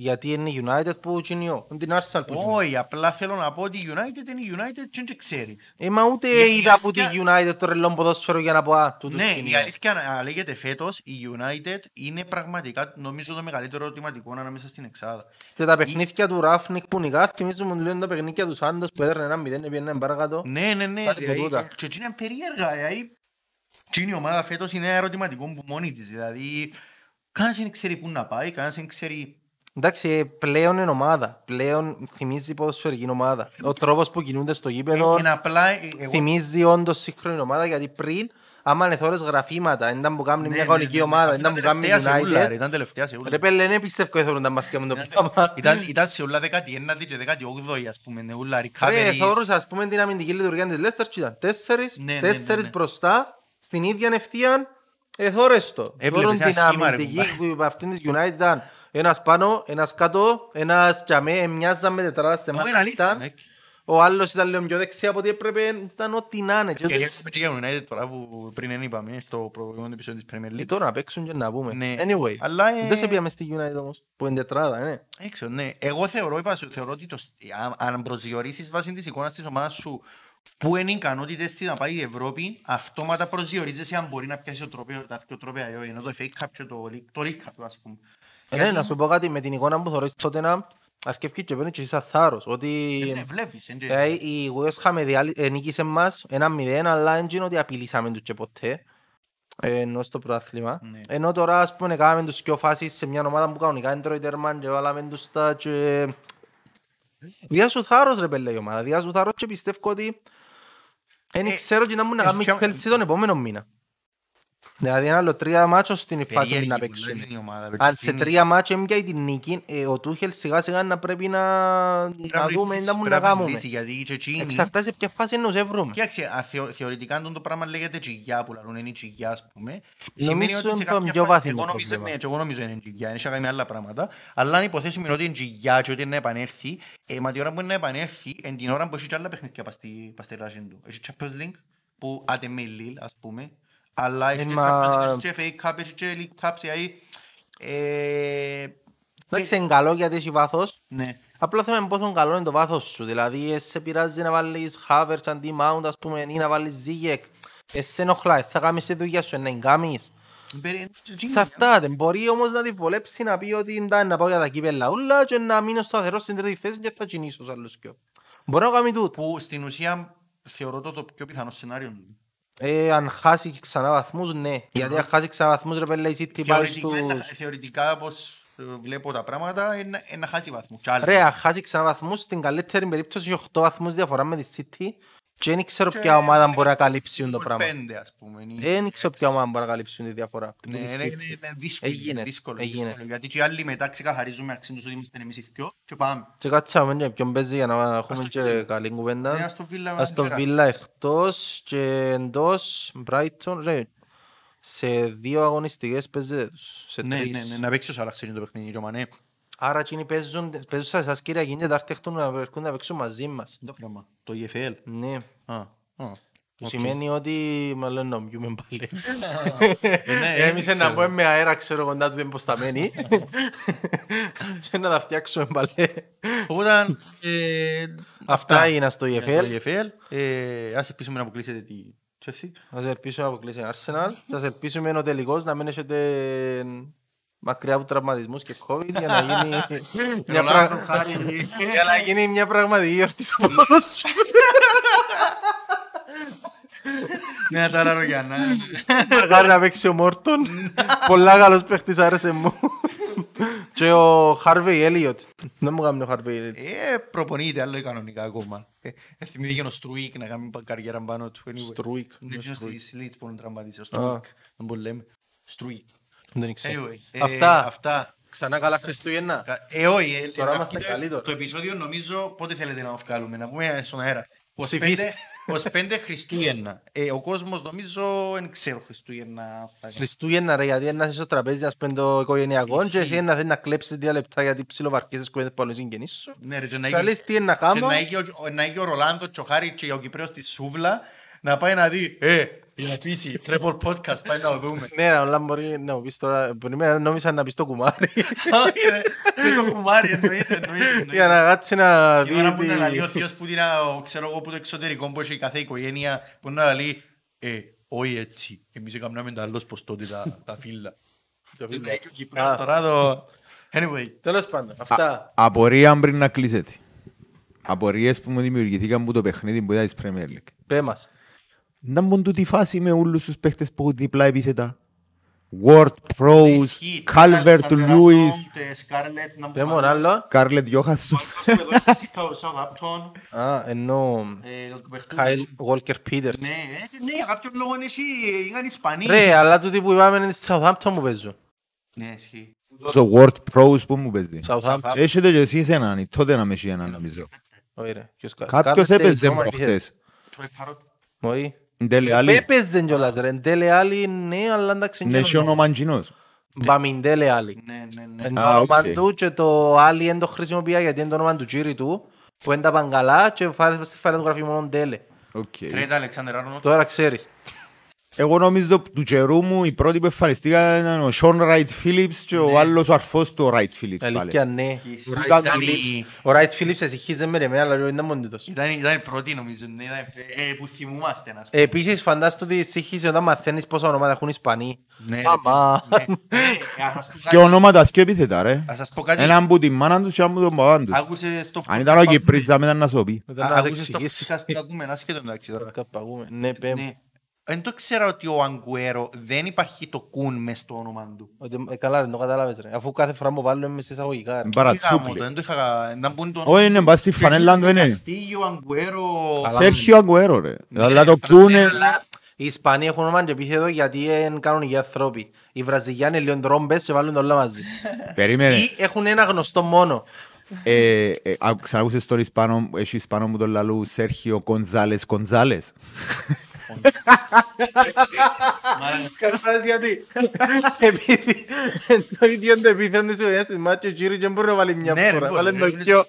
Γιατί είναι η United που κινιώ, είναι την Arsenal που κινιώ.
Όχι, απλά θέλω να πω ότι η United είναι η United και δεν ξέρεις.
Ε, μα ούτε
Γιατί η
είδα από τη
αλήθεια-
United το ρελόν ποδόσφαιρο για να πω «Α, τούτους
Ναι, η
κινιώ».
αλήθεια να λέγεται φέτος, η United είναι πραγματικά νομίζω το μεγαλύτερο ερωτηματικό ανάμεσα στην Εξάδα.
Και τα παιχνίδια του Ράφνικ που νικά, θυμίζω μου λένε τα παιχνίδια τους Σάντος που έδερνε ένα μηδέν, έπαιρνε παρακάτω.
Ναι, ναι, ναι.
Κάτι που
δηλαδή,
τούτα.
Και εκείνα είναι περίεργα. Δηλαδή, εκείνη η ομάδα φέτος είναι ένα ερωτηματικό που μόνη της. Δηλαδή, κανένας δεν ξέρει πού να πάει, κανένας δεν ξέρει...
Εντάξει, ε, πλέον είναι ομάδα. Πλέον θυμίζει ποδοσφαιρική ομάδα. Ο τρόπος που κινούνται στο γήπεδο
Ναι. Είναι απλά... ε, εγώ-
θυμίζει όντως σύγχρονη ομάδα γιατί πριν, άμα ανεθώρες γραφήματα, ήταν που
Ναι,
κάνει μια
ναι,
γαλλική
ναι,
ομάδα,
αυτή
ήταν που κάνει
τελευταία σε ούλα, ρε,
United.
Ήταν Ναι, τελευταία σε ούλα.
Ρε πέλε, δεν πιστεύω έθωρουν τα μαθηκά μου το πράγμα.
Ήταν- Ήταν σε ούλα 19η και 18η ας πούμε, ναι, ούλα
Ρε,
recoveries.
θεωρούσα, ας πούμε, την αμυντική λειτουργία της Λέστερ και ήταν τέσσερις,
Ναι, ναι, ναι,
τέσσερις
ναι.
μπροστά, στην ίδια ευθεία, εθώρες το.
Έβλεπες
Θεωρούν
ένα
την
σχήμα, ρε,
αμυντική που αυτήν της United ήταν ένας πάνω, ένας κάτω, ένας τζαμέ, μοιάζαν με τετράδα στεμά.
Όχι, είναι αλήθεια,
Ήταν-
ναι.
Ο άλλος ήταν λίγο πιο δεξιά από ό,τι έπρεπε, ήταν ό,τι να είναι. Και
Και
ούτε-
έχουμε και για United τώρα που πριν δεν είπαμε στο προηγούμενο επεισόδιο της Premier
Ε,
League.
Τώρα να παίξουν και να πούμε.
Ναι.
Anyway,
Αλλά, ε,
δεν σε πήγαμε στη United όμως, που είναι τετράδα, ναι.
Δεν ξέρω, ναι. Εγώ θεωρώ, είπα, σου, θεωρώ ότι το, σ- αν- αν προσδιορίσεις βάσει της εικόνας της ομάδας σου που είναι οι ικανότητες της να πάει η Ευρώπη, αυτόματα προσδιορίζεσαι αν μπορεί να πιάσει το τρόπαιο, τα δύο τρόπαια ή όχι. Ενώ το FA Cup και το, League- το League Cup, ας πούμε.
Ε,
Γιατί-
Ναι, να σου πω κάτι με την εικόνα που θωρείς τότε να αρκεύκει και παίρνει και εσύ σαν θάρρος. Ότι...
Ε, ναι, βλέπεις, εν και-
Ε, η West Ham εδιάλυ- ε, νίκησε μας 1-0, αλλά δεν είναι ότι απειλήσαμε τους και ποτέ. ε, ενώ στο πρωτάθλημα.
Ναι.
Ενώ τώρα, ας πούμε, κάναμε τους πιο φάσεις σε μια ομάδα που κανονικά είναι τρώει τέρμαν και βάλαμε τους τα και... Διά σου θάρρος ρε πέλε η ομάδα, διά σου θάρρος και πιστεύω ότι δεν
Ε,
ξέρω τι να μου να
ε,
κάνουμε
και-
Chelsea τον επόμενο μήνα. Δηλαδή ένα άλλο τρία μάτσος στην φάση
Περίεργη
να
που
παίξουν.
λένε η ομάδα,
Αν σε
Βερτζίνη.
τρία μάτια έμπιαει την νίκη, ε, ο Τούχελ σιγά σιγά να πρέπει να,
Πρέπει
να δούμε,
βρεις-
να μου να
πρέπει βρεις
κάνουμε.
λύση, γιατί και εκείνοι-
Εξαρτάται σε ποια φάση ενός εύρουμε.
Κοίταξε, α, θεω- θεωρητικά το πράγμα λέγεται τσιγιά που λαλούν, είναι τσιγιά ας πούμε.
Νομίζω
Σημαίνει ότι σε
είναι το
κάποια
πιο
φα-
βαθύ
Εγώ
το
νομίζω,
πρόβλημα.
ναι, και εγώ νομίζω είναι τσιγιά, είναι κάνει άλλα πράγματα. Αλλά αν υποθέσουμε ότι είναι τσιγιά και ότι είναι να επανέλθει, ε, μα την ώρα που είναι να επανέλθει, εν την ώρα που έχει και άλλα παιχνίδια πας στη- πας στη ράζιν του. Έχει Champions League που άτε με η Lille, ας πούμε, αλλά έχει και
Ε, μα-
Champions League, έχει και FA Cup, έχει και League Cups, δηλαδή, ε,
Εντάξει, είναι καλό γιατί έχει βάθος.
ναι.
Απλό θέμα είναι πόσο καλό είναι το βάθος σου. Δηλαδή, ε, σε πειράζει να βάλεις Havertz αντί Mount, ας πούμε, ή να βάλεις Ziyech. Ε, σε ενοχλάει. Θα κάνεις τη δουλειά σου, να κάνεις.
Περι-
Εξαρτάται. Μπορεί όμως να τη βολέψει να πει ότι εντάξει, να πάω για τα κύπελα ούλα και να μείνω σταθερός στην τρίτη θέση και θα κινήσω τους άλλους δυο. Μπορεί να κάνει τούτο.
Που στην ουσία θεωρώ το, το πιο πιθανό σενάριο του.
Ε, αν χάσει ξανά βαθμούς, ναι. Γιατί αν χάσει ξανά βαθμούς, ρε πέλα, η City πάει
Θεωρητικά, είναι να-
στους...
θεωρητικά όπως ε, βλέπω τα πράγματα, είναι να- είναι να χάσει βαθμού. Κι άλλοι.
Ρε, αν χάσει ξανά βαθμούς, στην καλύτερη περίπτωση 8 βαθμούς διαφορά με τη City και δεν ξέρω
Και
ποια ομάδα
είναι
μπορεί να καλύψει το
Γκολ
πράγμα.
Πέντε, ας πούμε. είναι-
Δεν ξέρω ποια ομάδα μπορεί να καλύψουν τη διαφορά.
Ναι,
Τη
είναι-
City.
είναι- είναι δύσκολο,
Έγινε,
δύσκολο,
έγινε.
δύσκολο, Γιατί και οι άλλοι μετά ξεκαθαρίζουμε αξίν τους ότι είμαστε εμείς οι δυο και πάμε.
Και κάτσαμε και ποιον παίζει για να έχουμε
το
και
Villa.
καλή
Ναι,
κουβέντα.
Aston Villa,
Ας το
Vera.
Βίλα εκτός και εντός, Brighton, ρε. Σε δύο αγωνιστικές παίζετε τους, σε
Ναι, ναι,
τρεις.
ναι, να παίξεις ο Σαλάχ είναι το παιχνίδι, ο Μανέ.
Άρα εκείνοι παίζουν, παίζουν σαν εσάς κύριε Αγίνη, τα έρχονται να έρχονται να παίξουν μαζί μας.
Το πράγμα, το EFL.
Ναι.
Α, α.
Που σημαίνει ότι μάλλον να πιούμε πάλι.
Ε, ναι,
Εμείς
δεν
να
ξέρω.
πούμε με αέρα ξέρω κοντά του δεν πως θα μένει. Και να τα φτιάξουμε πάλι.
Οπότε, ε,
Αυτά είναι στο
για
EFL.
το EFL. Ε, Ας ελπίσουμε να αποκλείσετε τη Chelsea.
Ας ελπίσουμε να αποκλείσει η Arsenal. και Ας ελπίσουμε ο τελικός να μην έχετε μακριά από τραυματισμούς και COVID για να γίνει, μια, πρα- για να γίνει μια πραγματική γιορτή στο ποδόσφαιρο.
Ναι, να τα ράρω για να.
Μακάρι να παίξει ο Μόρτον. Πολλά καλός παίχτης άρεσε μου. και ο Χάρβεϊ Έλιοτ. Δεν μου κάνει ο Χάρβεϊ Έλιοτ.
Ε, προπονείται άλλο κανονικά ακόμα. Ε, ε, θυμήθηκε ο Στρουίκ να κάνει πα- καριέρα πάνω του. Anyway.
Στρούικ.
Ναι,
ναι,
εκείνος
Στρούικ.
στη Σλίτς που τον τραυματίζει, ο
Α.
Στρουίκ. Δεν μπορεί λέμε. Στρουίκ.
Δεν ξέρω.
Anyway, ε,
Αυτά.
αυτά.
Ξανά καλά Χριστούγεννα.
Κα- Ε, όχι. ε,
Τώρα
να
είμαστε
βγείτε-
καλοί τώρα.
Το επεισόδιο νομίζω πότε θέλετε να το βγάλουμε, να πούμε στον αέρα. 25
Ψηφίστε.
25 Χριστούγεννα. Ε, ο κόσμος νομίζω δεν ξέρω Χριστούγεννα. θα κάνει.
Χριστούγεννα ρε, γιατί ένας είσαι στο τραπέζι ας πούμε το οικογενειακό και
Ισχύει.
εσύ να θέλεις να κλέψεις δύο λεπτά γιατί ψιλοβαρκίζεις κουβέντες που άλλο συγγενείς σου.
Ναι, ρε, και
Θα λες τι είναι να
Και
κάνω.
να είχε ο- ο- να είχε ο Ρολάντο Τσοχάρη και ο Κυπρέος στη Σούβλα να πάει να δει «Ε, η Ατήση, Τρέπορ Podcast, πάει να το δούμε».
Ναι, αλλά μπορεί να μου πεις τώρα, μπορεί να νόμιζα να πεις το κουμάρι
Όχι ρε, και το κουμάρι εννοείται, εννοείται,
για
εννοείται.
να κάτσει να
Η ώρα
δει
που να λαλεί ο
τι...
θείος που είναι, ο- ξέρω εγώ, που το εξωτερικό που έχει κάθε οικογένεια, που να λαλεί «Ε, όχι έτσι, εμείς έκαναμε τα άλλος πως τότε τα- τα φύλλα». Και λέει και ο Κυπρέος
Ναι. Α.
τώρα το... Anyway,
Τέλος πάντων, αυτά.
Απορία πριν να κλείσετε. Απορίες που μου δημιουργηθήκαν από το παιχνίδι που είδα της Premier League.
Πέ μας.
Να μπουν τούτη φάση με όλους τους παίχτες που έχουν διπλά επίθετα. Ward,
Ναι,
Prowse,
ισχύει.
Calvert,
Σαντράκο,
Lewis,
τε Σκάρλετ, να μου
Πέ μου
βάλεις-
άλλο.
Scarlett Johansson.
Ας πούμε, εδώ έχει σηκά ο Southampton,
Α, ενώ
ε, το παιχτούδι
Καϊλ Βόλκερ Πίτερς.
Ναι, ε, ναι, για κάποιον λόγο είναι εσύ, είναι Ισπανοί.
Ρε, αλλά τούτοι που είπαμε είναι στη Southampton που παίζουν.
Ναι, ισχύει.
Το Word Pros που μου παίζει.
Southampton.
Έχετε και εσείς έναν, ή τότε να με έχει έναν νομίζω.
Όχι ρε. Ποιος κα-
Κάποιος
Scarlett
έπαιζε
Johansson,
προχτές.
Το επαρό-
Όχι.
Εν τέλει, άλλοι.
Έπαιζε κιόλας ρε. Εν τέλει άλλη, ναι, αλλά εντάξει.
Ναι, έχει όνομα Αντζινός.
Μπαμιντέλε άλλη.
Ναι, ναι, ναι.
Εν
Α,
το όνομα
οκ.
του και το άλλη δεν το χρησιμοποιεί γιατί είναι το όνομα του τζίρι του που δεν τα πάνε καλά και φάρε στη φάρε του γράφει μόνο τέλε.
Οκ.
Τρέτα, Αλεξάνδρ Άρνολτ.
Τώρα ξέρεις.
Εγώ νομίζω του καιρού μου η πρώτη που εμφανιστήκα ήταν ο Σον Ράιτ Φίλιπς και ο άλλος ο αρφός του Ράιτ Φίλιπς
Αλήθεια
πάλι.
ναι.
Ήταν-
Ήταν
ήταν η-
Ο Ράιτ Φίλιπς εσυχίζε με ρε με αλλά λέω, είναι μόνο τούτος.
Ήταν ήταν η πρώτη νομίζω, ναι, ήταν η- ε, που θυμούμαστε να
Ε,
πούμε.
Επίσης φαντάστο ότι εσυχίζει όταν μαθαίνεις πόσα ονόματα έχουν οι Ισπανοί.
Ναι,
Αμά.
ρε, ναι, ναι, ε, ας σας πω κάτι-
Και ονόματα και επίθετα ρε.
Ας σας πω κάτι.
Έναν που τη μάνα τους και έναν που τον παπάν τους.
Άκουσες το-
Αν ήταν ο Κυπρής θα μετά να σου πει.
Δεν
Α-
θα το
Άκουσες το
εξηγήσεις.
podcast που ακούμε, ένα σχέδιο εντάξει τώρα.
Ε,
Καπαγούμε. Ναι πέμπ.
Ναι. Δεν το ξέρα ότι ο Αγκουέρο δεν υπάρχει το κουν μες στο όνομα του.
Ότι, ε, καλά, δεν το κατάλαβες ρε. Αφού κάθε φορά μου βάλουμε εμείς εισαγωγικά. ρε.
Είχα μου το,
Μπαρατσούκλι.
δεν το είχα... Να μπουν τον...
Όχι, είναι μπας στη φανέλα του, είναι.
Καστίγιο, Αγκουέρο...
Καλά.
Σέρχιο Αγκουέρο, ρε.
Ναι,
Αλλά το
αλλά-
κούνε...
Αλλά οι Ισπανοί έχουν όνομα και επίθετο γιατί είναι κανονικοί άνθρωποι. Οι Βραζιλιάνοι είναι λίγο τρόμπες και βάλουν τα όλα μαζί.
Ε.
Περίμενε.
Ή έχουν ένα γνωστό μόνο.
Ε, ε, α, Ξανακούσες τώρα Ισπανό, έχει ε, Ισπανό μου τον λαλού Σέρχιο Κοντζάλες Κοντζάλες.
Κατάλαβες γιατί. Επειδή το ίδιο το επίθετο της ουρίας της Μάτσο Τζίρι δεν μπορεί να βάλει μια
Ναι, ρε,
φορά.
μπορεί,
Βάλε
ρε,
το
είναι-
πιο.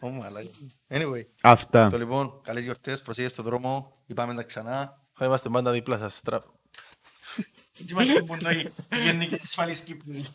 Ω, μαλάκα. Anyway,
Αυτά.
το λοιπόν, καλές γιορτές, προσέχετε στο δρόμο, είπαμε τα ξανά.
Θα είμαστε πάντα δίπλα σας. τραπ.
Είμαστε που να γεννήκε ασφαλής Κύπρου.